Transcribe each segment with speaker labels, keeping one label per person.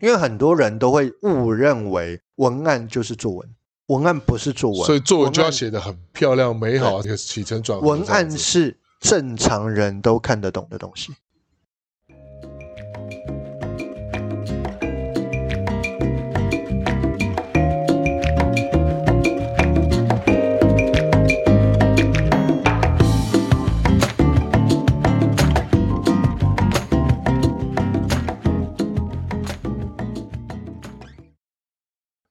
Speaker 1: 因为很多人都会误认为文案就是作文，文案不是作文，
Speaker 2: 所以作文就要
Speaker 1: 案
Speaker 2: 写得很漂亮、美好，这个起承转合
Speaker 1: 文
Speaker 2: 这样
Speaker 1: 案
Speaker 2: 子。
Speaker 1: 是正常人都看得懂的东西。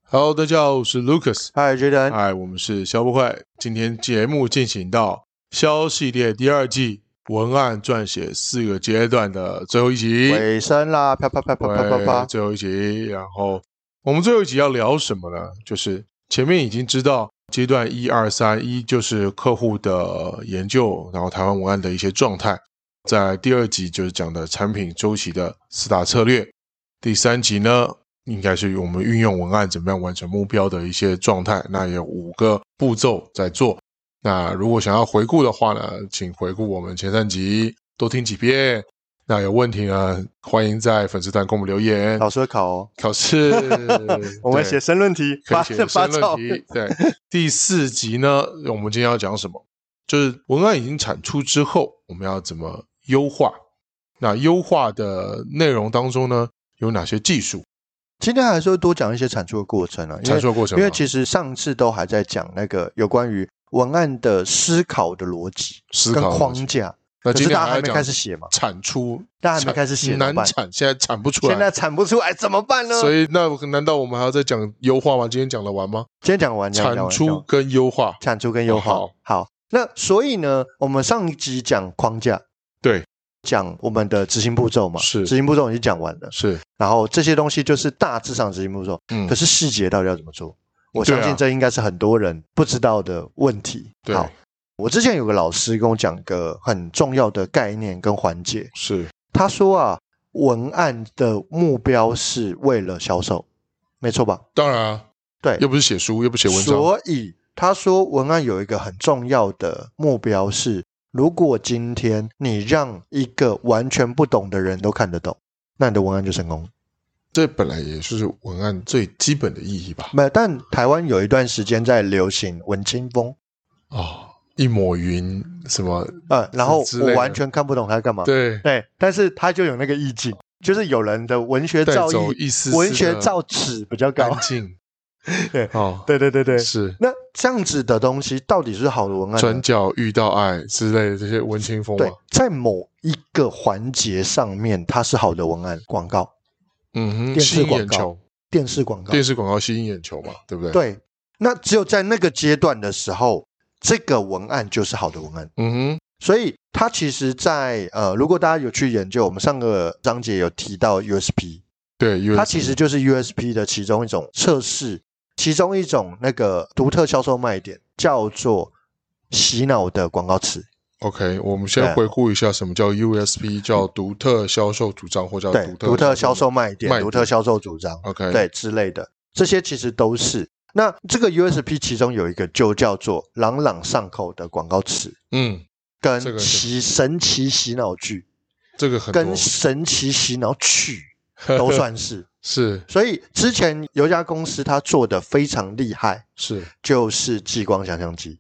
Speaker 2: Hello，大家好，我是 Lucas，
Speaker 1: 嗨
Speaker 2: 哎
Speaker 1: ，Jaden，
Speaker 2: 嗨，我们是消不会。今天节目进行到消系列第二季文案撰写四个阶段的最后一集，
Speaker 1: 尾声啦，啪啪啪啪啪啪
Speaker 2: 对
Speaker 1: 啪，
Speaker 2: 最后一集。然后我们最后一集要聊什么呢？就是前面已经知道阶段一二三，一就是客户的研究，然后台湾文案的一些状态。在第二集就是讲的产品周期的四大策略。第三集呢，应该是我们运用文案怎么样完成目标的一些状态。那有五个步骤在做。那如果想要回顾的话呢，请回顾我们前三集，多听几遍。那有问题呢，欢迎在粉丝团给我们留言。
Speaker 1: 老师会考哦。，
Speaker 2: 考试
Speaker 1: 我们写
Speaker 2: 对
Speaker 1: 申论题，
Speaker 2: 可
Speaker 1: 发
Speaker 2: 以写
Speaker 1: 发
Speaker 2: 申论
Speaker 1: 照
Speaker 2: 题。对，第四集呢，我们今天要讲什么？就是文案已经产出之后，我们要怎么优化？那优化的内容当中呢，有哪些技术？
Speaker 1: 今天还是会多讲一些产出的过程啊，因
Speaker 2: 阐
Speaker 1: 为
Speaker 2: 述的过程
Speaker 1: 因为
Speaker 2: 吗
Speaker 1: 其实上次都还在讲那个有关于文案的思考的逻辑
Speaker 2: 思
Speaker 1: 跟
Speaker 2: 考的
Speaker 1: 框
Speaker 2: 东西
Speaker 1: 架，
Speaker 2: 那
Speaker 1: 可
Speaker 2: 今
Speaker 1: 是
Speaker 2: 天
Speaker 1: 大家还
Speaker 2: 要
Speaker 1: 没
Speaker 2: 讲
Speaker 1: 开始写嘛，
Speaker 2: 产出，
Speaker 1: 大家还没
Speaker 2: 产
Speaker 1: 开始写怎么
Speaker 2: 难
Speaker 1: 办
Speaker 2: 产，现在产不出
Speaker 1: 现在
Speaker 2: 来。
Speaker 1: 产不出来怎么办呢？
Speaker 2: 所以，那难道我们还要再讲优化吗？今天讲得完吗？
Speaker 1: 今天讲完讲完讲
Speaker 2: 产
Speaker 1: 完讲
Speaker 2: 出
Speaker 1: 完
Speaker 2: 跟优化，
Speaker 1: 产出跟优化、
Speaker 2: 好
Speaker 1: 好，那所以呢，我们上一集讲框架，
Speaker 2: 对，
Speaker 1: 讲我们的执行步骤嘛，
Speaker 2: 是
Speaker 1: 执行步骤已经讲完了，
Speaker 2: 是，
Speaker 1: 然后这些东西就是大致上执行步骤，
Speaker 2: 嗯
Speaker 1: 可，是细节到底要怎么做？我
Speaker 2: 对
Speaker 1: 相
Speaker 2: 啊
Speaker 1: 信这应该是很多人不知道的问题。
Speaker 2: 对
Speaker 1: 好，我之前有个老师跟我讲一个很重要的概念跟环节，
Speaker 2: 是，
Speaker 1: 他说啊，文案的目标是为了销售，没错吧？
Speaker 2: 当然啊，
Speaker 1: 对
Speaker 2: 又不是写书，又不是写文章，
Speaker 1: 所以他说，文案有一个很重要的目标是，如果今天你让一个完全不懂的人都看得懂，那你的文案就成功了。
Speaker 2: 这本来也是文案最基本的意义吧？
Speaker 1: 没有，但台湾有一段时间在流行文青风，
Speaker 2: 哦，一抹云什么？
Speaker 1: 呃，然后
Speaker 2: 之类
Speaker 1: 我
Speaker 2: 的
Speaker 1: 完全看不懂他在干嘛。
Speaker 2: 对，
Speaker 1: 对，但是他就有那个意境，就是有人的文学
Speaker 2: 带
Speaker 1: 造
Speaker 2: 走
Speaker 1: 诣、
Speaker 2: 一丝丝
Speaker 1: 文学
Speaker 2: 的
Speaker 1: 造诣比较高
Speaker 2: 干。净。
Speaker 1: 对
Speaker 2: 哦，
Speaker 1: 对对对对，
Speaker 2: 是
Speaker 1: 那这样子的东西到底是好的文案
Speaker 2: 转
Speaker 1: 呢？
Speaker 2: 角遇到爱之类的这些文青风嘛
Speaker 1: 对？，在某一个环节上面，它是好的文案广告。
Speaker 2: 嗯哼，
Speaker 1: 电
Speaker 2: 吸
Speaker 1: 视
Speaker 2: 引
Speaker 1: 广
Speaker 2: 眼
Speaker 1: 告
Speaker 2: 球，、
Speaker 1: 电视广告。
Speaker 2: 电视广告吸引眼球嘛，对不对？，
Speaker 1: 对，那只有在那个阶段的时候，这个文案就是好的文案。
Speaker 2: 嗯哼，
Speaker 1: 所以它其实在，呃，如果大家有去研究，我们上个章节有提到 USP，
Speaker 2: 对，因为
Speaker 1: 它其实就是 USP 的其中一种测试，其中一种那个独特销售卖点叫做洗脑的广告词。
Speaker 2: OK，我们
Speaker 1: 对啊
Speaker 2: 先回顾一下什么叫 USP，叫独特销售主张或叫
Speaker 1: 对，
Speaker 2: 呃独
Speaker 1: 独
Speaker 2: 特
Speaker 1: 特销售卖点、
Speaker 2: 卖
Speaker 1: 独特
Speaker 2: 点嗯
Speaker 1: 销售主张，
Speaker 2: OK，
Speaker 1: 对之类的，这些其实都是。那这个 USP 其中有一个就叫做朗朗上口的广告词，
Speaker 2: 嗯，这
Speaker 1: 跟
Speaker 2: 个是
Speaker 1: 奇神奇洗脑剧、
Speaker 2: 这个很多
Speaker 1: 跟神奇洗脑曲都算是。
Speaker 2: 是
Speaker 1: 所以之前有一家公司它做的非常厉害，
Speaker 2: 是
Speaker 1: 就是激光想象机。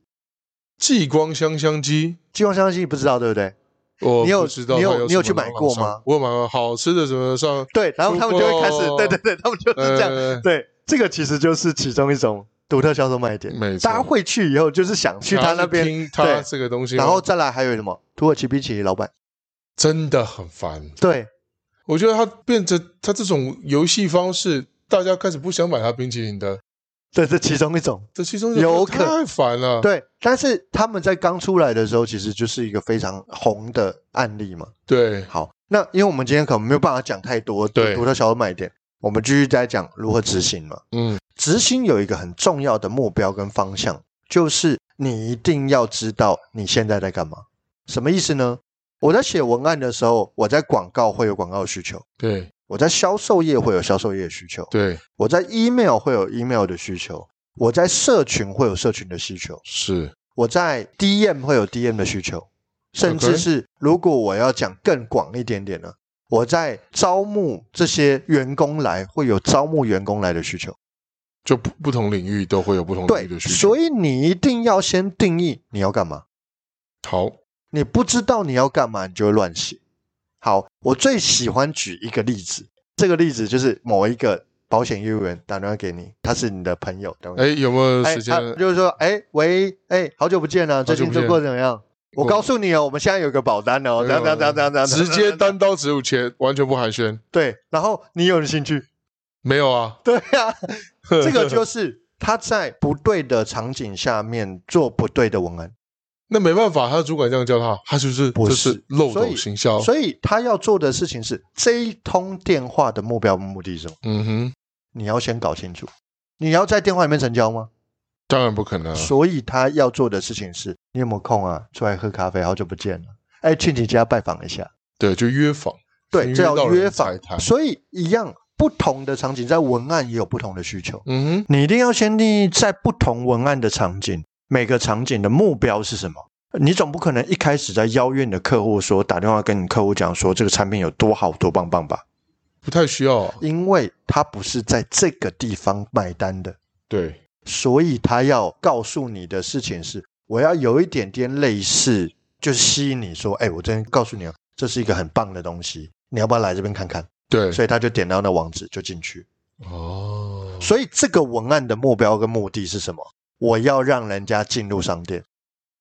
Speaker 2: 激光香香鸡，
Speaker 1: 激光想象机你不知道对不对？
Speaker 2: 我
Speaker 1: 你有
Speaker 2: 不知道
Speaker 1: 你有
Speaker 2: 它有
Speaker 1: 你有
Speaker 2: 什
Speaker 1: 去
Speaker 2: 么
Speaker 1: 买
Speaker 2: 朗朗
Speaker 1: 过
Speaker 2: 上
Speaker 1: 吗？
Speaker 2: 我有买过好吃的什么上
Speaker 1: 对，然后他们就会开始，
Speaker 2: 哦
Speaker 1: 对对对，他们就是 这样。
Speaker 2: 呃
Speaker 1: 对，这个其实就是其中一种独特销售卖点。
Speaker 2: 嗯没 错
Speaker 1: 大家会去以后就是想去他那边，
Speaker 2: 听他
Speaker 1: 对
Speaker 2: 这个东西，
Speaker 1: 然后再来还有什么土耳其冰淇淋老板，
Speaker 2: 真的很烦。
Speaker 1: 对
Speaker 2: 我觉得他变成他这种游戏方式，大家开始不想买他冰淇淋的，
Speaker 1: 对，这其中一种。
Speaker 2: 这其中
Speaker 1: 有可
Speaker 2: 太烦了。，
Speaker 1: 对，但是他们在刚出来的时候，其实就是一个非常红的案例嘛。
Speaker 2: 对
Speaker 1: 好，那因为我们今天可能没有办法讲太多
Speaker 2: 对
Speaker 1: 独特销售卖点，我们继续再讲如何执行嘛。
Speaker 2: 嗯，
Speaker 1: 执行有一个很重要的目标跟方向，就是你一定要知道你现在在干嘛。什么意思呢？我在写文案的时候，我在广告会有广告需求，
Speaker 2: 对
Speaker 1: 我在销售业会有销售业需求，
Speaker 2: 对
Speaker 1: 我在 email 会有 email 的需求，我在社群会有社群的需求，
Speaker 2: 是，
Speaker 1: 我在 DM 会有 DM 的需求，甚至
Speaker 2: OK
Speaker 1: 是如果我要讲更广一点点呢，我在招募这些员工来，会有招募员工来的需求。
Speaker 2: 就不不同领域都会有不同领
Speaker 1: 对，
Speaker 2: 域的需求。
Speaker 1: 所以你一定要先定义你要干嘛。
Speaker 2: 好，
Speaker 1: 你不知道你要干嘛，你就会乱写。好，我最喜欢举一个例子，这个例子就是某一个保险业务员打电话给你，他是你的朋友，打电话
Speaker 2: 哎，有没有
Speaker 1: 哎，
Speaker 2: 时间？
Speaker 1: 他就是说，哎，喂，哎，好久不见了，
Speaker 2: 久
Speaker 1: 最
Speaker 2: 不
Speaker 1: 近
Speaker 2: 见
Speaker 1: 都过得怎么样？我告诉你哦，我们现在有个保单哦，怎样怎样怎样怎样怎样，
Speaker 2: 呃直接单刀直入切，完全不寒暄。
Speaker 1: 对，然后你有兴趣？
Speaker 2: 没有啊，
Speaker 1: 对 呀、啊， 这个就是他在不对的场景下面做不对的文案，
Speaker 2: 那没办法，他的主管这样叫他，他就是
Speaker 1: 不
Speaker 2: 这
Speaker 1: 是
Speaker 2: 是漏
Speaker 1: 所
Speaker 2: 斗
Speaker 1: 以
Speaker 2: 行销。
Speaker 1: 所以他要做的事情是这一通电话的目标目的是什么？
Speaker 2: 嗯哼，
Speaker 1: 你要先搞清楚，你要在电话里面成交吗？
Speaker 2: 当然不可能啊。
Speaker 1: 所以他要做的事情是，你有没有空啊？出来喝咖啡，好久不见了，哎，去你家拜访一下。
Speaker 2: 对，就约访。
Speaker 1: 对，
Speaker 2: 先
Speaker 1: 这
Speaker 2: 到
Speaker 1: 要
Speaker 2: 人
Speaker 1: 约
Speaker 2: 才
Speaker 1: 访。
Speaker 2: 谈
Speaker 1: 所以一样，不同的场景在文案也有不同的需求，
Speaker 2: 嗯哼，
Speaker 1: 你一定要先定义在不同文案的场景，每个场景的目标是什么。你总不可能一开始在邀约你的客户说打电话跟你客户讲说这个产品有多好多棒棒吧，
Speaker 2: 不太需要啊。
Speaker 1: 因为他不是在这个地方买单的，
Speaker 2: 对，
Speaker 1: 所以他要告诉你的事情是，我要有一点点类似，就是吸引你说，哎，我真告诉你哦，这是一个很棒的东西，你要不要来这边看看？
Speaker 2: 对，
Speaker 1: 所以他就点到那网址就进去。
Speaker 2: 哦，
Speaker 1: 所以这个文案的目标跟目的是什么？我要让人家进入商店。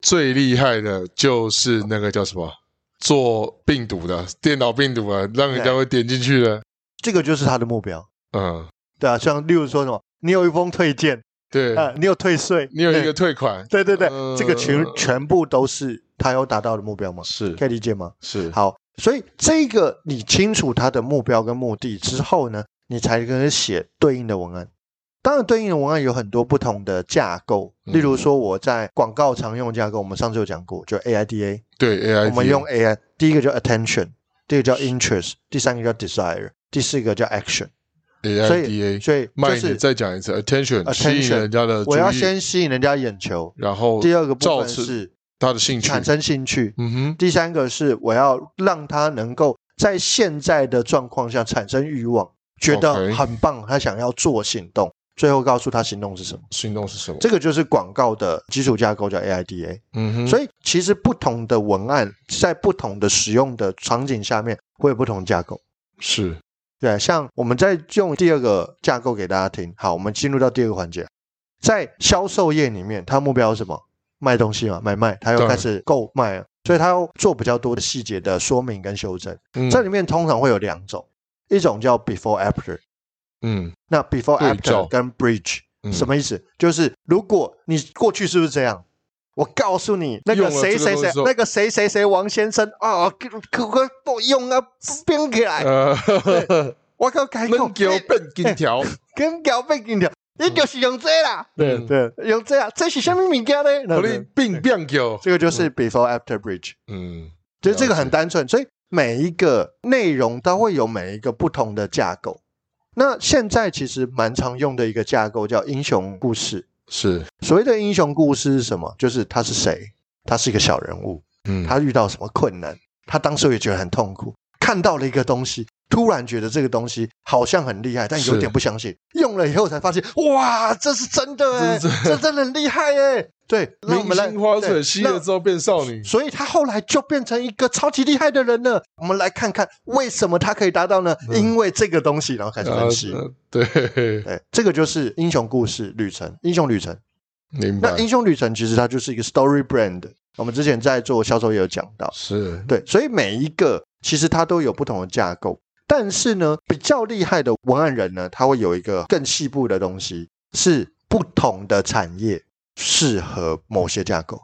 Speaker 2: 最厉害的就是那个叫什么，做病毒的电脑病毒啊，让人家
Speaker 1: 对
Speaker 2: 会点进去的。
Speaker 1: 这个就是他的目标，
Speaker 2: 嗯，
Speaker 1: 对啊，像例如说什么，你有一封推荐，
Speaker 2: 对，
Speaker 1: 啊，你有退税，
Speaker 2: 你有一个
Speaker 1: 对，
Speaker 2: 退款，
Speaker 1: 对对对，
Speaker 2: 呃
Speaker 1: 这个全全部都是他要达到的目标吗？
Speaker 2: 是
Speaker 1: 可以理解吗？
Speaker 2: 是
Speaker 1: 好，所以这个你清楚它的目标跟目的之后呢，你才可以写对应的文案。当然，对应的文案有很多不同的架构，
Speaker 2: 嗯
Speaker 1: 例如说我在广告常用架构，我们上次有讲过，就 AIDA，
Speaker 2: 对 AI，
Speaker 1: 我们用 AI，第一个叫 attention，第二个叫 interest，第三个叫 desire，第四个叫 action。所以，
Speaker 2: AIDA，
Speaker 1: 所以
Speaker 2: 慢
Speaker 1: 就
Speaker 2: 一点
Speaker 1: 是
Speaker 2: 再讲一次，attention 吸
Speaker 1: attention，
Speaker 2: 引人家的注
Speaker 1: 我要
Speaker 2: 意，
Speaker 1: 先吸引人家眼球，
Speaker 2: 然后
Speaker 1: 第二个部
Speaker 2: 造
Speaker 1: 分
Speaker 2: 成
Speaker 1: 是
Speaker 2: 他的兴趣，
Speaker 1: 产生兴趣，
Speaker 2: 嗯哼，
Speaker 1: 第三个是我要让他能够在现在的状况下产生欲望，觉得
Speaker 2: OK
Speaker 1: 很棒，他想要做行动，最后告诉他行动是什么。
Speaker 2: 行动是什么？
Speaker 1: 这个就是广告的基础架构叫 AIDA。
Speaker 2: 嗯哼，
Speaker 1: 所以其实不同的文案在不同的使用的场景下面会有不同的架构。
Speaker 2: 是
Speaker 1: 对，像我们再用第二个架构给大家听。好，我们进入到第二个环节，在销售业里面，它目标是什么？卖东西嘛，买卖，它要
Speaker 2: 当然
Speaker 1: 开始购买了，所以它要做比较多的细节的说明跟修正。
Speaker 2: 嗯
Speaker 1: 这里面通常会有两种，一种叫 before after，
Speaker 2: 嗯
Speaker 1: 那 before
Speaker 2: 对照
Speaker 1: after 跟 bridge
Speaker 2: 嗯
Speaker 1: 什么意思？就是如果你过去是不是这样？我告诉你，那个
Speaker 2: 用了
Speaker 1: 谁
Speaker 2: 这个
Speaker 1: 谁
Speaker 2: 东西
Speaker 1: 谁
Speaker 2: 之，后
Speaker 1: 那个谁谁谁王先生啊，可可可不用啊，编起来，
Speaker 2: 呃，
Speaker 1: 我靠，改口
Speaker 2: 能给我变金条，
Speaker 1: 跟搞背景条，你就是用这啦，
Speaker 2: 对
Speaker 1: 对，用这啦，这是什么物件呢？
Speaker 2: 我
Speaker 1: 那
Speaker 2: 的
Speaker 1: 对
Speaker 2: 病变狗，
Speaker 1: 这个就是 before after bridge，
Speaker 2: 嗯，
Speaker 1: 就这个很
Speaker 2: 了解
Speaker 1: 单纯，所以每一个内容它会有每一个不同的架构。那现在其实蛮常用的一个架构叫英雄故事。
Speaker 2: 是，
Speaker 1: 所谓的英雄故事是什么？就是他是谁，他是一个小人物，
Speaker 2: 嗯，
Speaker 1: 他遇到什么困难，他当时也觉得很痛苦，看到了一个东西，突然觉得这个东西好像很厉害，但有
Speaker 2: 是
Speaker 1: 点不相信。用了以后才发现，哇，这是真的哎、
Speaker 2: 这是
Speaker 1: 这真的很厉害哎、对，让我
Speaker 2: 明
Speaker 1: 们来
Speaker 2: 星花水
Speaker 1: 对
Speaker 2: 吸了
Speaker 1: 让
Speaker 2: 之后变少女，
Speaker 1: 所以他后来就变成一个超级厉害的人了。我们来看看为什么他可以达到呢？
Speaker 2: 嗯
Speaker 1: 因为这个东西，然后开始分析。
Speaker 2: 呃，呃对，
Speaker 1: 对，这个就是英雄故事旅程，英雄旅程。
Speaker 2: 明白
Speaker 1: 那，英雄旅程其实它就是一个 story brand。我们之前在做销售也有讲到，
Speaker 2: 是，
Speaker 1: 对，所以每一个其实它都有不同的架构，但是呢，比较厉害的文案人呢，他会有一个更细部的东西，是不同的产业适合某些架构。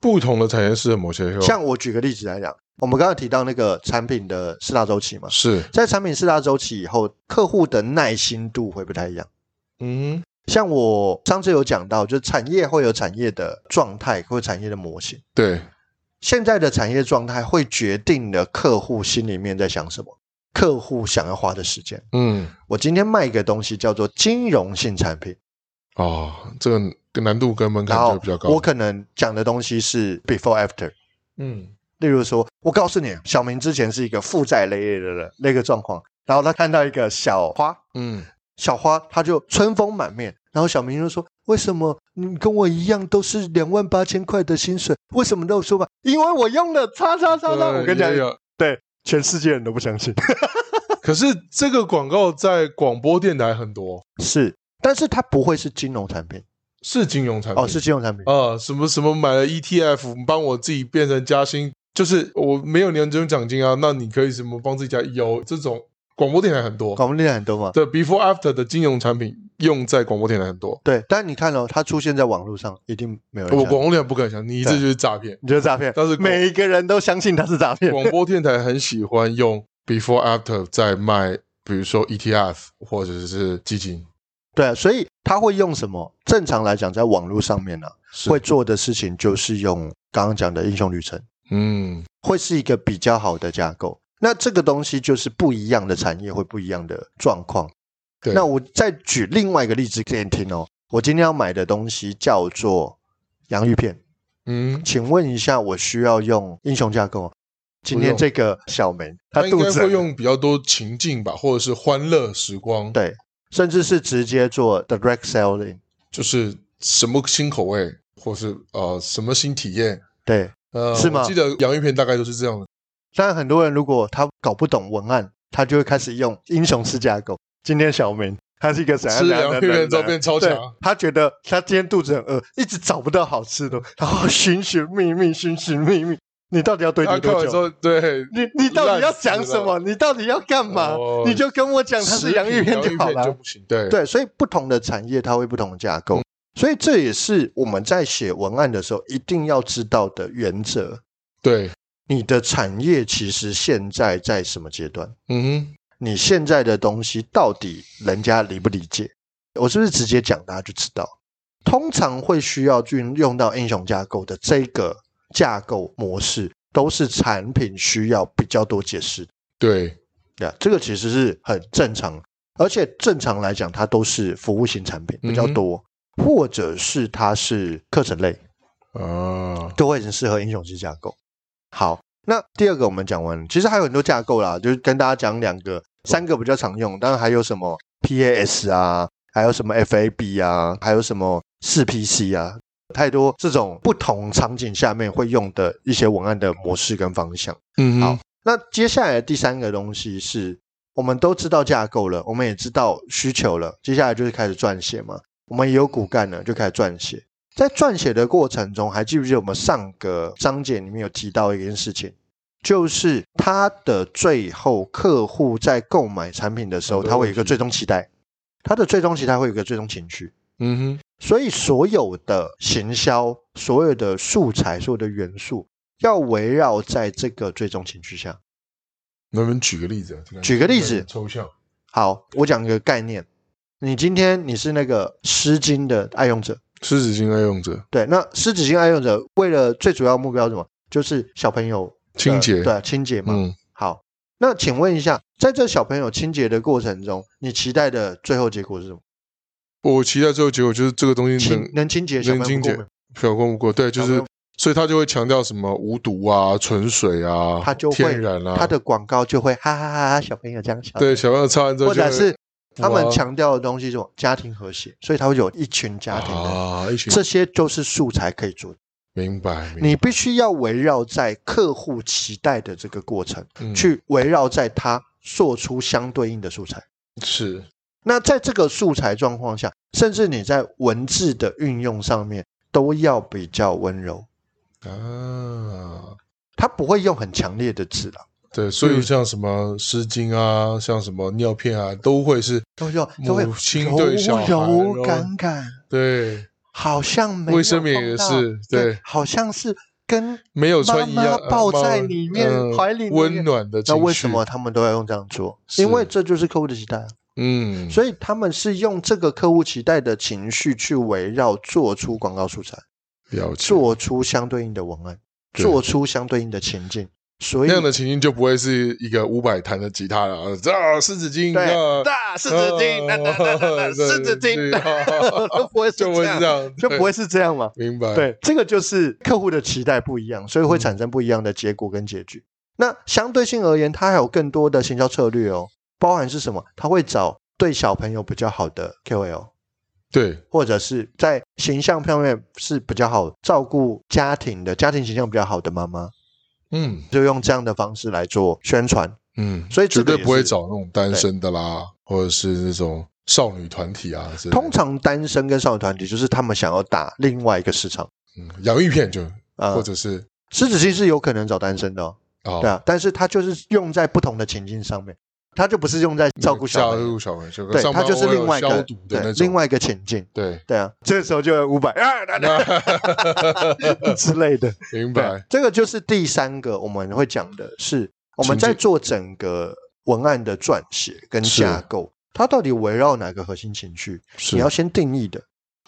Speaker 2: 不同的产业是某些，
Speaker 1: 像我举个例子来讲，我们刚刚提到那个产品的四大周期嘛，
Speaker 2: 是，
Speaker 1: 在产品四大周期以后，客户的耐心度会不太一样。
Speaker 2: 嗯哼，
Speaker 1: 像我上次有讲到，就是产业会有产业的状态或产业的模型。
Speaker 2: 对，
Speaker 1: 现在的产业状态会决定了客户心里面在想什么，客户想要花的时间。
Speaker 2: 嗯。
Speaker 1: 我今天卖一个东西叫做金融性产品，
Speaker 2: 哦，这个难度跟门槛
Speaker 1: 然
Speaker 2: 就
Speaker 1: 后
Speaker 2: 比较高。
Speaker 1: 我可能讲的东西是 before after，
Speaker 2: 嗯，
Speaker 1: 例如说，我告诉你，小明之前是一个负债累累的人那个状况，然后他看到一个小花，
Speaker 2: 嗯，
Speaker 1: 小花她就春风满面，然后小明就说：“为什么你跟我一样都是两万八千块的薪水，为什么都有说吧？因为我用了叉叉叉叉。”我跟你讲，
Speaker 2: 也有
Speaker 1: 全世界人都不相信。
Speaker 2: 可是这个广告在广播电台很多，
Speaker 1: 是，但是它不会是金融产品
Speaker 2: 是金融产品
Speaker 1: 哦，是金融产品。
Speaker 2: 啊、什么什么买了 ETF，帮我自己变成加薪，就是我没有年终奖金啊，那你可以什么帮自己加 EO 这种广播电台很多，
Speaker 1: 广播电台很多嘛？
Speaker 2: 对 Before After 的金融产品用在广播电台很多。
Speaker 1: 对，但你看哦，它出现在网络上，一定没有人相
Speaker 2: 我
Speaker 1: 信。
Speaker 2: 广播电台不敢想，你这
Speaker 1: 对
Speaker 2: 就是诈骗。
Speaker 1: 你觉得诈骗？
Speaker 2: 但是广
Speaker 1: 每一个人都相信它是诈骗。
Speaker 2: 广播电台很喜欢用 Before After 在卖，比如说 ETF 或者是基金，
Speaker 1: 对，所以他会用什么？正常来讲，在网络上面呢、
Speaker 2: 是
Speaker 1: 会做的事情就是用刚刚讲的英雄旅程，
Speaker 2: 嗯
Speaker 1: 会是一个比较好的架构。那这个东西就是不一样的产业会不一样的状况。
Speaker 2: 对。
Speaker 1: 那我再举另外一个例子给你听哦。我今天要买的东西叫做洋芋片，
Speaker 2: 嗯，
Speaker 1: 请问一下，我需要用英雄架构吗？啊今天这个小梅，她
Speaker 2: 他应
Speaker 1: 肚
Speaker 2: 该
Speaker 1: 子
Speaker 2: 会用比较多情境吧，或者是欢乐时光，
Speaker 1: 对，甚至是直接做 direct selling，
Speaker 2: 就是什么新口味，或是呃什么新体验。
Speaker 1: 对。
Speaker 2: 呃，
Speaker 1: 是吗
Speaker 2: 我记得洋芋片大概都是这样的。
Speaker 1: 但很多人如果他搞不懂文案，他就会开始用英雄式架构。今天小明他是一个怎样
Speaker 2: 吃
Speaker 1: 怎样
Speaker 2: 洋
Speaker 1: 的
Speaker 2: 芋片
Speaker 1: 人
Speaker 2: 之后
Speaker 1: 呢？
Speaker 2: 变超
Speaker 1: 对
Speaker 2: 强，，
Speaker 1: 他觉得他今天肚子很饿，一直找不到好吃的，然后寻寻觅觅，寻寻觅觅，你到底要堆
Speaker 2: 他
Speaker 1: 积
Speaker 2: 看
Speaker 1: 多
Speaker 2: 完之
Speaker 1: 久？
Speaker 2: 后，对，
Speaker 1: 你你到底要
Speaker 2: 烂死了
Speaker 1: 讲什么？你到底要干嘛
Speaker 2: 哦？
Speaker 1: 你就跟我讲它
Speaker 2: 食
Speaker 1: 是
Speaker 2: 品
Speaker 1: 洋芋片就好
Speaker 2: 就
Speaker 1: 了。
Speaker 2: 不行。对，
Speaker 1: 对，所以不同的产业它会不同的架构，所以这也是我们在写文案的时候一定要知道的原则。
Speaker 2: 对，
Speaker 1: 你的产业其实现在在什么阶段？
Speaker 2: 嗯哼，
Speaker 1: 你现在的东西到底人家理不理解？我是不是直接讲大家就知道？通常会需要去用到英雄架构的这个架构模式，都是产品需要比较多解释
Speaker 2: 对，
Speaker 1: 对啊，这个其实是很正常，而且正常来讲，它都是服务型产品比较多，或者是它是课程类，
Speaker 2: 啊，
Speaker 1: 都会很适合英雄式架构。好，那第二个我们讲完了，其实还有很多架构啦，就是跟大家讲两个、三个比较常用，当然还有什么 PAS 啊，还有什么 FAB 啊，还有什么四 PC 啊，太多这种不同场景下面会用的一些文案的模式跟方向。
Speaker 2: 嗯哼
Speaker 1: 好，那接下来的第三个东西是，我们都知道架构了，我们也知道需求了，接下来就是开始撰写嘛。我们也有骨干了，就开始撰写。在撰写的过程中，还记不记得我们上个章节里面有提到一件事情，就是它的最后客户在购买产品的时候，
Speaker 2: 很多
Speaker 1: 他会有一
Speaker 2: 问
Speaker 1: 个
Speaker 2: 题
Speaker 1: 最终期待，他的最终期待会有一个最终情绪。
Speaker 2: 嗯哼，
Speaker 1: 所以所有的行销、所有的素材、所有的元素，要围绕在这个最终情绪下。
Speaker 2: 能不能举个例子啊？这
Speaker 1: 举个例子
Speaker 2: 有点抽象。
Speaker 1: 好，我讲一个概念。你今天你是那个湿巾的爱用者，
Speaker 2: 狮子精爱用者，
Speaker 1: 对？那湿纸巾爱用者为了最主要目标是什么？就是小朋友的
Speaker 2: 清洁
Speaker 1: 对清洁嘛。
Speaker 2: 嗯，
Speaker 1: 好，那请问一下，在这小朋友清洁的过程中，你期待的最后结果是什么？
Speaker 2: 我期待最后结果就是这个东西能
Speaker 1: 清能清洁小
Speaker 2: 能
Speaker 1: 朋友
Speaker 2: 清
Speaker 1: 过
Speaker 2: 洁
Speaker 1: 敏，
Speaker 2: 小公无过，对，就
Speaker 1: 小
Speaker 2: 是
Speaker 1: 公，
Speaker 2: 所以他就会强调什么无毒啊、纯水啊、
Speaker 1: 他就会
Speaker 2: 天然啊，
Speaker 1: 他的广告就会哈哈哈哈，小朋友这样想，
Speaker 2: 对小朋友擦完之后
Speaker 1: 或
Speaker 2: 就会，
Speaker 1: 者是他们
Speaker 2: 哇
Speaker 1: 强调的东西是什么家庭和谐，所以他会有一群家庭的人，
Speaker 2: 啊，一群
Speaker 1: 这些就是素材可以做的。
Speaker 2: 明白，明
Speaker 1: 你必须要围绕在客户期待的这个过程，
Speaker 2: 嗯
Speaker 1: 去围绕在他做出相对应的素材。
Speaker 2: 是
Speaker 1: 那在这个素材状况下，甚至你在文字的运用上面都要比较温柔，
Speaker 2: 啊，
Speaker 1: 他不会用很强烈的字了，
Speaker 2: 对，所
Speaker 1: 嗯
Speaker 2: 以像什么湿巾啊，像什么尿片啊，都会是
Speaker 1: 都用都会
Speaker 2: 母亲对小孩，
Speaker 1: 柔柔
Speaker 2: 然后
Speaker 1: 感感，
Speaker 2: 对，
Speaker 1: 好像没有
Speaker 2: 卫生棉也
Speaker 1: 碰到
Speaker 2: 是对
Speaker 1: 好像是跟
Speaker 2: 没有穿啊呃一样
Speaker 1: 妈妈抱在
Speaker 2: 妈妈
Speaker 1: 里面
Speaker 2: 嗯
Speaker 1: 怀里面
Speaker 2: 温暖的情
Speaker 1: 那
Speaker 2: 绪，
Speaker 1: 为什么他们都要用这样做？
Speaker 2: 是
Speaker 1: 因为这就是客户的期待啊。
Speaker 2: 嗯，
Speaker 1: 所以他们是用这个客户期待的情绪去围绕做出广告素材，
Speaker 2: 了解
Speaker 1: 做出相对应的文案，
Speaker 2: 对
Speaker 1: 做出相对应的情境。所以
Speaker 2: 那样的情境就不会是一个五百弹的吉他了啊，湿纸巾
Speaker 1: 对，
Speaker 2: 啊，
Speaker 1: 大四子金，哒哒哒 哒哒， 四子金， 都不会是
Speaker 2: 就不
Speaker 1: 这
Speaker 2: 会是这
Speaker 1: 样，
Speaker 2: 样，
Speaker 1: 就不会是这样嘛。
Speaker 2: 对嗯明白，，
Speaker 1: 对，这个就是客户的期待不一样，所以会产生不一样的结果跟结局。那相对性而言，它还有更多的行销策略哦，包含是什么？他会找对小朋友比较好的 KOL，
Speaker 2: 对，
Speaker 1: 或者是在形象方面是比较好照顾家庭的、家庭形象比较好的妈妈，
Speaker 2: 嗯
Speaker 1: 就用这样的方式来做宣传。
Speaker 2: 嗯，
Speaker 1: 所以这
Speaker 2: 绝
Speaker 1: 个
Speaker 2: 对
Speaker 1: 也
Speaker 2: 不会
Speaker 1: 是
Speaker 2: 找那种单身的啦，或者是那种少女团体啊之类的，
Speaker 1: 通常单身跟少女团体就是他们想要打另外一个市场
Speaker 2: 嗯洋芋片就
Speaker 1: 啊。
Speaker 2: 或者是
Speaker 1: 狮子其是有可能找单身的、哦，
Speaker 2: 啊
Speaker 1: 对，啊，但是它就是用在不同的情境上面，它就不是用在照顾小
Speaker 2: 照
Speaker 1: 孩。
Speaker 2: 顾小朋友，就跟
Speaker 1: 对，
Speaker 2: 上
Speaker 1: 它
Speaker 2: 班
Speaker 1: 就是
Speaker 2: 偶尔
Speaker 1: 另外一
Speaker 2: 消
Speaker 1: 个
Speaker 2: 毒的
Speaker 1: 对
Speaker 2: 那种，
Speaker 1: 另外一个情境，
Speaker 2: 对，
Speaker 1: 对啊，这时候就五百啊哒哒 之类的，
Speaker 2: 明
Speaker 1: 对
Speaker 2: 白，，
Speaker 1: 这个就是第三个我们会讲的是我们在
Speaker 2: 情境
Speaker 1: 做整个文案的撰写跟
Speaker 2: 是
Speaker 1: 架构，它到底围绕哪个核心情绪，
Speaker 2: 是
Speaker 1: 你要先定义的，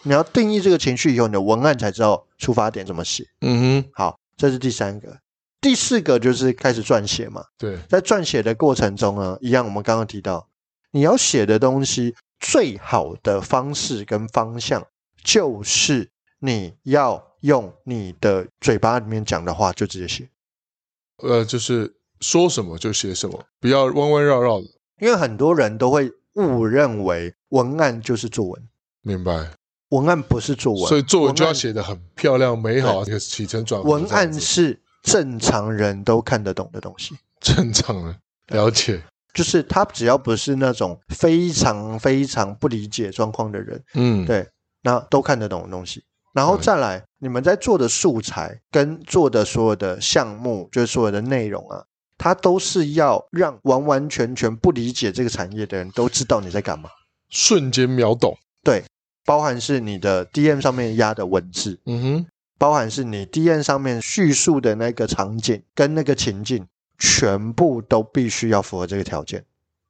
Speaker 1: 你要定义这个情绪以后，你的文案才知道出发点怎么写。
Speaker 2: 嗯哼，
Speaker 1: 好，这是第三个。第四个就是开始撰写嘛，
Speaker 2: 对，
Speaker 1: 在撰写的过程中呢，一样我们刚刚提到，你要写的东西最好的方式跟方向，就是你要用你的嘴巴里面讲的话就直接写，
Speaker 2: 呃，就是说什么就写什么，不要弯弯绕绕的，
Speaker 1: 因为很多人都会误认为文案就是作文，
Speaker 2: 明白？
Speaker 1: 文案不是作文，
Speaker 2: 所以作文就要
Speaker 1: 案
Speaker 2: 写的很漂亮、美好，这个起承转合，
Speaker 1: 文案
Speaker 2: 这样子
Speaker 1: 是正常人都看得懂的东西。
Speaker 2: 正常的了解，
Speaker 1: 就是他只要不是那种非常非常不理解状况的人，
Speaker 2: 嗯，
Speaker 1: 对，那都看得懂的东西。然后
Speaker 2: 对
Speaker 1: 再来，你们在做的素材跟做的所有的项目，就是所有的内容啊，它都是要让完完全全不理解这个产业的人都知道你在干嘛，
Speaker 2: 瞬间秒懂，
Speaker 1: 包含是你的 DM 上面压的文字，
Speaker 2: 嗯哼，
Speaker 1: 包含是你 DM 上面叙述的那个场景跟那个情境，全部都必须要符合这个条件。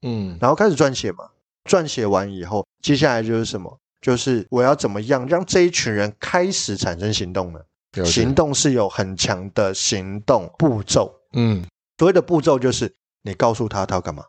Speaker 2: 嗯，
Speaker 1: 然后开始撰写嘛。撰写完以后，接下来就是什么？就是我要怎么样让这一群人开始产生行动呢？
Speaker 2: 了解
Speaker 1: 行，动是有很强的行动步骤。
Speaker 2: 嗯
Speaker 1: 所谓的步骤就是你告诉他他要干嘛，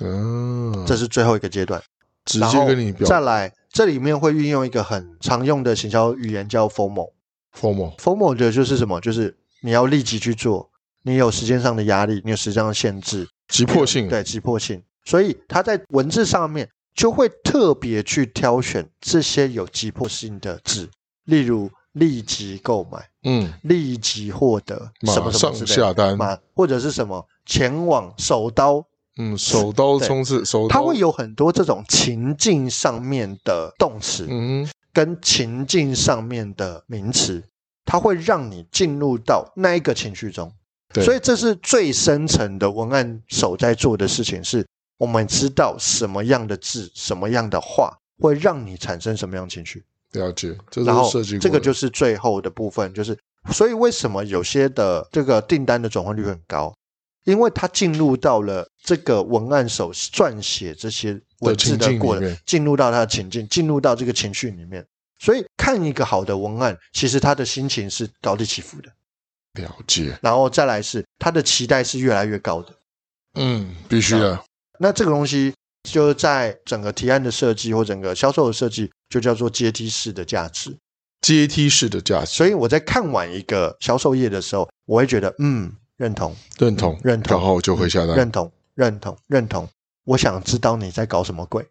Speaker 2: 嗯，
Speaker 1: 这是最后一个阶段。
Speaker 2: 直
Speaker 1: 然
Speaker 2: 接
Speaker 1: 后
Speaker 2: 跟你表
Speaker 1: 再来，这里面会运用一个很常用的行销语言叫 formal。
Speaker 2: formal，
Speaker 1: formal 的就是什么？就是你要立即去做，你有时间上的压力，你有时间上的限制，
Speaker 2: 急迫性，
Speaker 1: 对，急迫性。所以他在文字上面就会特别去挑选这些有急迫性的字，例如立即购买、
Speaker 2: 嗯，
Speaker 1: 立即获得
Speaker 2: 马
Speaker 1: 什么什
Speaker 2: 上
Speaker 1: 么之类的
Speaker 2: 下单，
Speaker 1: 嘛，或者是什么前往手刀，
Speaker 2: 嗯，手刀
Speaker 1: 对
Speaker 2: 冲刺，手刀，
Speaker 1: 它会，有很多这种情境上面的动词
Speaker 2: 嗯哼，
Speaker 1: 跟情境上面的名词，它会让你进入到那一个情绪中。
Speaker 2: 对，
Speaker 1: 所以这是最深层的文案手在做的事情，是我们知道什么样的字、什么样的话会让你产生什么样的情绪，
Speaker 2: 了解，这
Speaker 1: 然
Speaker 2: 都
Speaker 1: 后
Speaker 2: 是设计过的，
Speaker 1: 这个就是最后的部分，就是所以为什么有些的这个订单的转换率很高，因为它进入到了这个文案手撰写这些文字
Speaker 2: 的
Speaker 1: 的
Speaker 2: 情境
Speaker 1: 过
Speaker 2: 里
Speaker 1: 程
Speaker 2: 面，
Speaker 1: 进入到它的情境，进入到这个情绪里面。所以看一个好的文案，其实他的心情是高低起伏的，
Speaker 2: 了解，
Speaker 1: 然后再来是他的期待是越来越高的。
Speaker 2: 嗯，必须
Speaker 1: 啊
Speaker 2: 的，
Speaker 1: 那这个东西就在整个提案的设计或整个销售的设计，就叫做阶梯式的价值。
Speaker 2: 阶梯式的价值，
Speaker 1: 所以我在看完一个销售页的时候，我会觉得嗯，认同，
Speaker 2: 认同，
Speaker 1: 认同
Speaker 2: 然后就会下单，
Speaker 1: 认同，认同，认同。我想知道你在搞什么鬼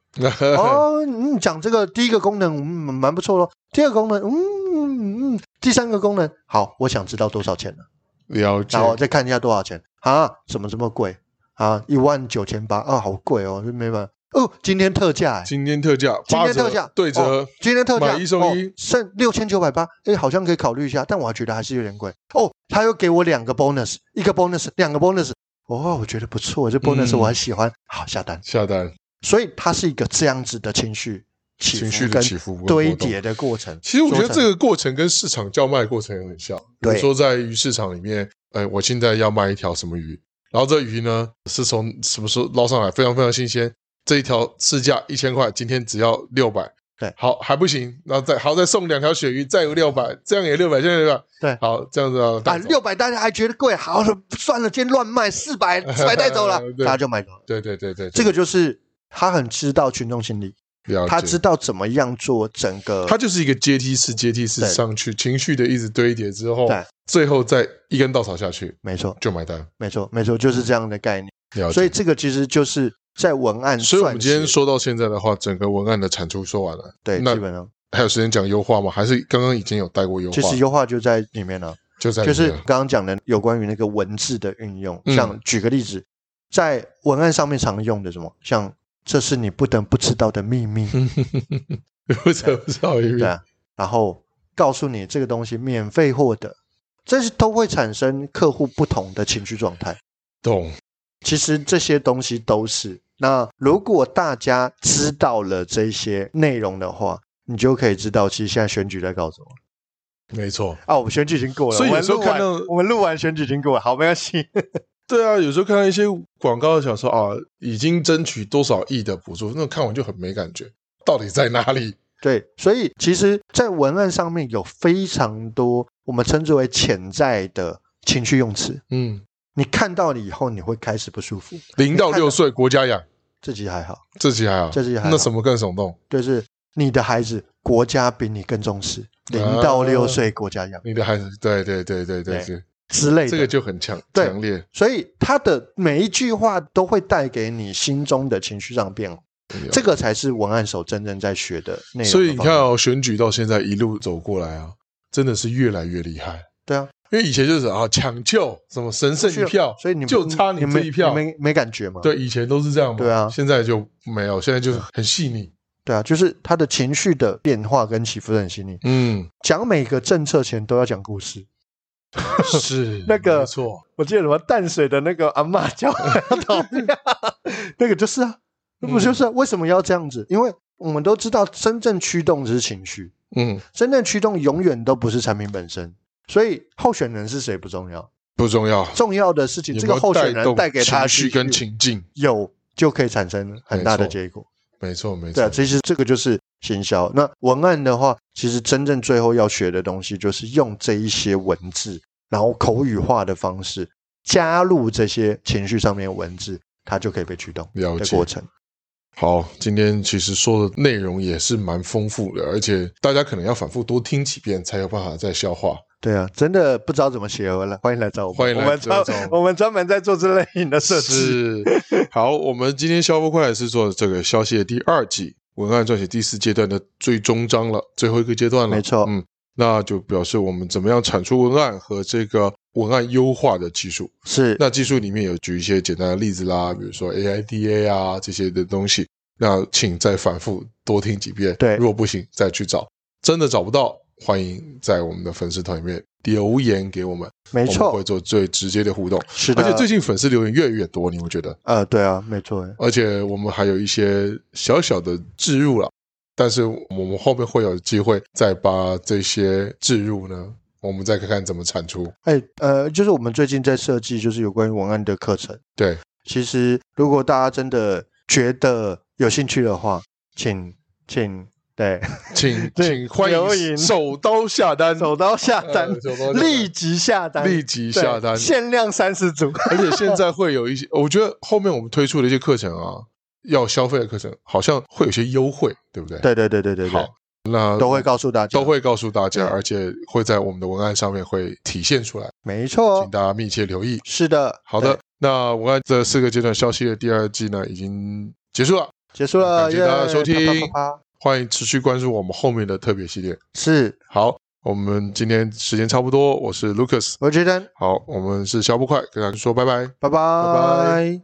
Speaker 1: 哦！你讲这个第一个功能，嗯，蛮不错咯。第二个功能，嗯嗯嗯，第三个功能，好，我想知道多少钱呢？
Speaker 2: 了解
Speaker 1: 然，后再看一下多少钱啊？怎么这么贵啊？一万九千八啊，好贵哦，这没办法。哦，今天特价、欸，
Speaker 2: 今天特价，
Speaker 1: 今
Speaker 2: 八
Speaker 1: 天
Speaker 2: 折
Speaker 1: 特价
Speaker 2: 对折
Speaker 1: 哦，今天特价
Speaker 2: 买一送一
Speaker 1: 哦剩六千九百八，哎，好像可以考虑一下，但我还觉得还是有点贵哦。他又给我两个 bonus，一个 bonus，两个 bonus，哦，我觉得不错，这 bonus
Speaker 2: 嗯
Speaker 1: 我还喜欢，好下单。
Speaker 2: 下单，
Speaker 1: 所以它是一个这样子的情绪起伏
Speaker 2: 情绪的
Speaker 1: 跟
Speaker 2: 起伏跟
Speaker 1: 堆
Speaker 2: 波动
Speaker 1: 叠的过程。
Speaker 2: 其实我觉
Speaker 1: 说
Speaker 2: 得这
Speaker 1: 成
Speaker 2: 个过程跟市场叫卖过程也很像。比如
Speaker 1: 对
Speaker 2: 说在鱼市场里面，哎，我现在要卖一条什么鱼，然后这鱼呢是从什么时候捞上来，非常非常新鲜，这一条市价一千块，今天只要六百，
Speaker 1: 对
Speaker 2: 好还不行，然后再好再送两条鳕鱼，再有六百，这样也六百，这样也六百，
Speaker 1: 对
Speaker 2: 好这样子啊
Speaker 1: 啊，
Speaker 2: 带走
Speaker 1: 六百大家还觉得贵，好了，算了，今天乱卖四
Speaker 2: ，
Speaker 1: 百，四百带走了
Speaker 2: 对
Speaker 1: 大家就买走了。
Speaker 2: 对对对对，
Speaker 1: 这个就是他很知道群众心理，
Speaker 2: 了解
Speaker 1: 他知道怎么样做整个
Speaker 2: 它就是一个阶梯式、阶梯式
Speaker 1: 对
Speaker 2: 上去，情绪的一直堆叠之后
Speaker 1: 对，
Speaker 2: 最后再一根稻草下去
Speaker 1: 没错，
Speaker 2: 就买单。
Speaker 1: 没错，没错，就是这样的概念。
Speaker 2: 了解
Speaker 1: 所以这个其实就是在文案
Speaker 2: 所以我们
Speaker 1: 撰
Speaker 2: 今天
Speaker 1: 写
Speaker 2: 说到现在的话，整个文案的产出说完了，
Speaker 1: 对，
Speaker 2: 那
Speaker 1: 基本上
Speaker 2: 还有时间讲优化吗？还是刚刚已经有带过优化？
Speaker 1: 其实优化就在里面了，
Speaker 2: 就在里
Speaker 1: 就
Speaker 2: 面
Speaker 1: 是刚刚讲的有关于那个文字的运用。
Speaker 2: 嗯
Speaker 1: 像举个例子，在文案上面常用的什么，像这是你不能不知道的秘密，
Speaker 2: 嗯 不知道不知道一
Speaker 1: 对
Speaker 2: 遍
Speaker 1: 啊，然后告诉你这个东西免费获得，这是都会产生客户不同的情绪状态。
Speaker 2: 懂
Speaker 1: 其实这些东西都是。那如果大家知道了这些内容的话，你就可以知道，其实现在选举在搞什么
Speaker 2: 没错。
Speaker 1: 啊？我们选举已经过了，
Speaker 2: 所以
Speaker 1: 我
Speaker 2: 有
Speaker 1: 们
Speaker 2: 时候
Speaker 1: 录完
Speaker 2: 看到
Speaker 1: 我们录完选举已经过了，好，没关系。
Speaker 2: 对啊，有时候看到一些广告想说啊，已经争取多少亿的补助，那看完就很没感觉，到底在哪里？
Speaker 1: 对，所以其实，在文案上面有非常多我们称之为潜在的情绪用词，
Speaker 2: 嗯，
Speaker 1: 你看到了以后，你会开始不舒服，
Speaker 2: 零到六岁国家养，
Speaker 1: 自己还好，
Speaker 2: 这集还好，
Speaker 1: 这集还好
Speaker 2: 那什么更耸动？
Speaker 1: 就是你的孩子，国家比你更重视，零到六岁国家养
Speaker 2: 你的孩子，对对对对对
Speaker 1: 对
Speaker 2: 对，
Speaker 1: 之类的，
Speaker 2: 这个就很强
Speaker 1: 对
Speaker 2: 强烈。
Speaker 1: 所以他的每一句话都会带给你心中的情绪上的变化，这个才是文案手真正在学的内容的方面。
Speaker 2: 所以你看哦，选举到现在一路走过来啊，真的是越来越厉害。
Speaker 1: 对啊，
Speaker 2: 因为以前就是啊，抢救什么神圣一票，
Speaker 1: 所以你们
Speaker 2: 就差
Speaker 1: 你
Speaker 2: 这
Speaker 1: 们
Speaker 2: 一票。
Speaker 1: 没没感觉吗？
Speaker 2: 对，以前都是这样嘛。
Speaker 1: 对啊
Speaker 2: 现在就没有，现在就是很 细腻。
Speaker 1: 对啊，就是他的情绪的变化跟起伏都很细腻。
Speaker 2: 嗯，
Speaker 1: 讲每个政策前都要讲故事。
Speaker 2: 是
Speaker 1: 那个
Speaker 2: 没错，
Speaker 1: 我记得什么淡水的那个阿嬷 教讨那个就是啊，那
Speaker 2: 嗯
Speaker 1: 不就是、啊为什么要这样子？因为我们都知道，真正驱动的是情绪，
Speaker 2: 嗯，
Speaker 1: 真正驱动永远都不是产品本身，所以候选人是谁不重要。
Speaker 2: 不重要。
Speaker 1: 重要的事情，
Speaker 2: 有
Speaker 1: 这
Speaker 2: 没
Speaker 1: 个
Speaker 2: 有
Speaker 1: 候选
Speaker 2: 带
Speaker 1: 人
Speaker 2: 动
Speaker 1: 带给他的
Speaker 2: 情绪跟情境，
Speaker 1: 有，就可以产生很大的
Speaker 2: 没错
Speaker 1: 结果。
Speaker 2: 没错没
Speaker 1: 对啊，
Speaker 2: 错。
Speaker 1: 其实这个就是行销。那文案的话，其实真正最后要学的东西，就是用这一些文字，然后口语化的方式加入这些情绪上面的文字，它就可以被驱动
Speaker 2: 了
Speaker 1: 的
Speaker 2: 解
Speaker 1: 过程。
Speaker 2: 好，今天其实说的内容也是蛮丰富的，而且大家可能要反复多听几遍才有办法再消化。
Speaker 1: 对啊，真的不知道怎么写文了，欢迎来找我们。
Speaker 2: 欢迎来
Speaker 1: 我们
Speaker 2: 找
Speaker 1: 专
Speaker 2: 我们
Speaker 1: 我们专门在做这类型的设计。
Speaker 2: 是好，我们今天消费快是做这个消息的第二季文案撰写第四阶段的最终章了，最后一个阶段了。
Speaker 1: 没错
Speaker 2: 嗯，那就表示我们怎么样产出文案和这个文案优化的技术。
Speaker 1: 是，
Speaker 2: 那技术里面有举一些简单的例子啦，比如说 AIDA 啊这些的东西。那请再反复多听几遍，
Speaker 1: 对
Speaker 2: 若不行再去找，真的找不到，欢迎在我们的粉丝团里面留言给我们，
Speaker 1: 没
Speaker 2: 我们
Speaker 1: 错
Speaker 2: 会，做最直接的互动。
Speaker 1: 是的。
Speaker 2: 而且最近粉丝留言越来越多，你会觉得？
Speaker 1: 呃，对啊，没错，
Speaker 2: 而且我们还有一些小小的置入了，但是我们后面会有机会再把这些置入呢，我们再看看怎么产出。
Speaker 1: 哎，呃，就是我们最近在设计，就是有关于文案的课程。
Speaker 2: 对，
Speaker 1: 其实如果大家真的觉得有兴趣的话，请请 对
Speaker 2: 请
Speaker 1: 对
Speaker 2: 请欢
Speaker 1: 留
Speaker 2: 迎
Speaker 1: 言
Speaker 2: 手刀下单，
Speaker 1: 手刀下单
Speaker 2: 呃，手刀下单
Speaker 1: 立即下单，
Speaker 2: 立即下单
Speaker 1: 对。限量三十 组。
Speaker 2: 而且现在会有一些，我觉得后面我们推出的一些课程啊，要消费的课程，好像会有些优惠，对不对？
Speaker 1: 对对对对对对
Speaker 2: 好，那
Speaker 1: 都会告诉大家，
Speaker 2: 都会告诉大家，
Speaker 1: 对
Speaker 2: 而且会在我们的文案上面会体现出来，
Speaker 1: 没错哦
Speaker 2: 请，大家密切留意。
Speaker 1: 是的，
Speaker 2: 好的，那文案这四个阶段消息的第二季呢，已经结束了，
Speaker 1: 对，结束了，
Speaker 2: 感谢大家
Speaker 1: 耶
Speaker 2: 收听
Speaker 1: 啪啪啪啪
Speaker 2: 欢迎持续关注我们后面的特别系列。
Speaker 1: 是，
Speaker 2: 好，我们今天时间差不多，我是 Lucas，
Speaker 1: 我觉得，
Speaker 2: 好，我们是小不快，跟大家说拜拜。
Speaker 1: 拜
Speaker 2: 拜
Speaker 1: 拜。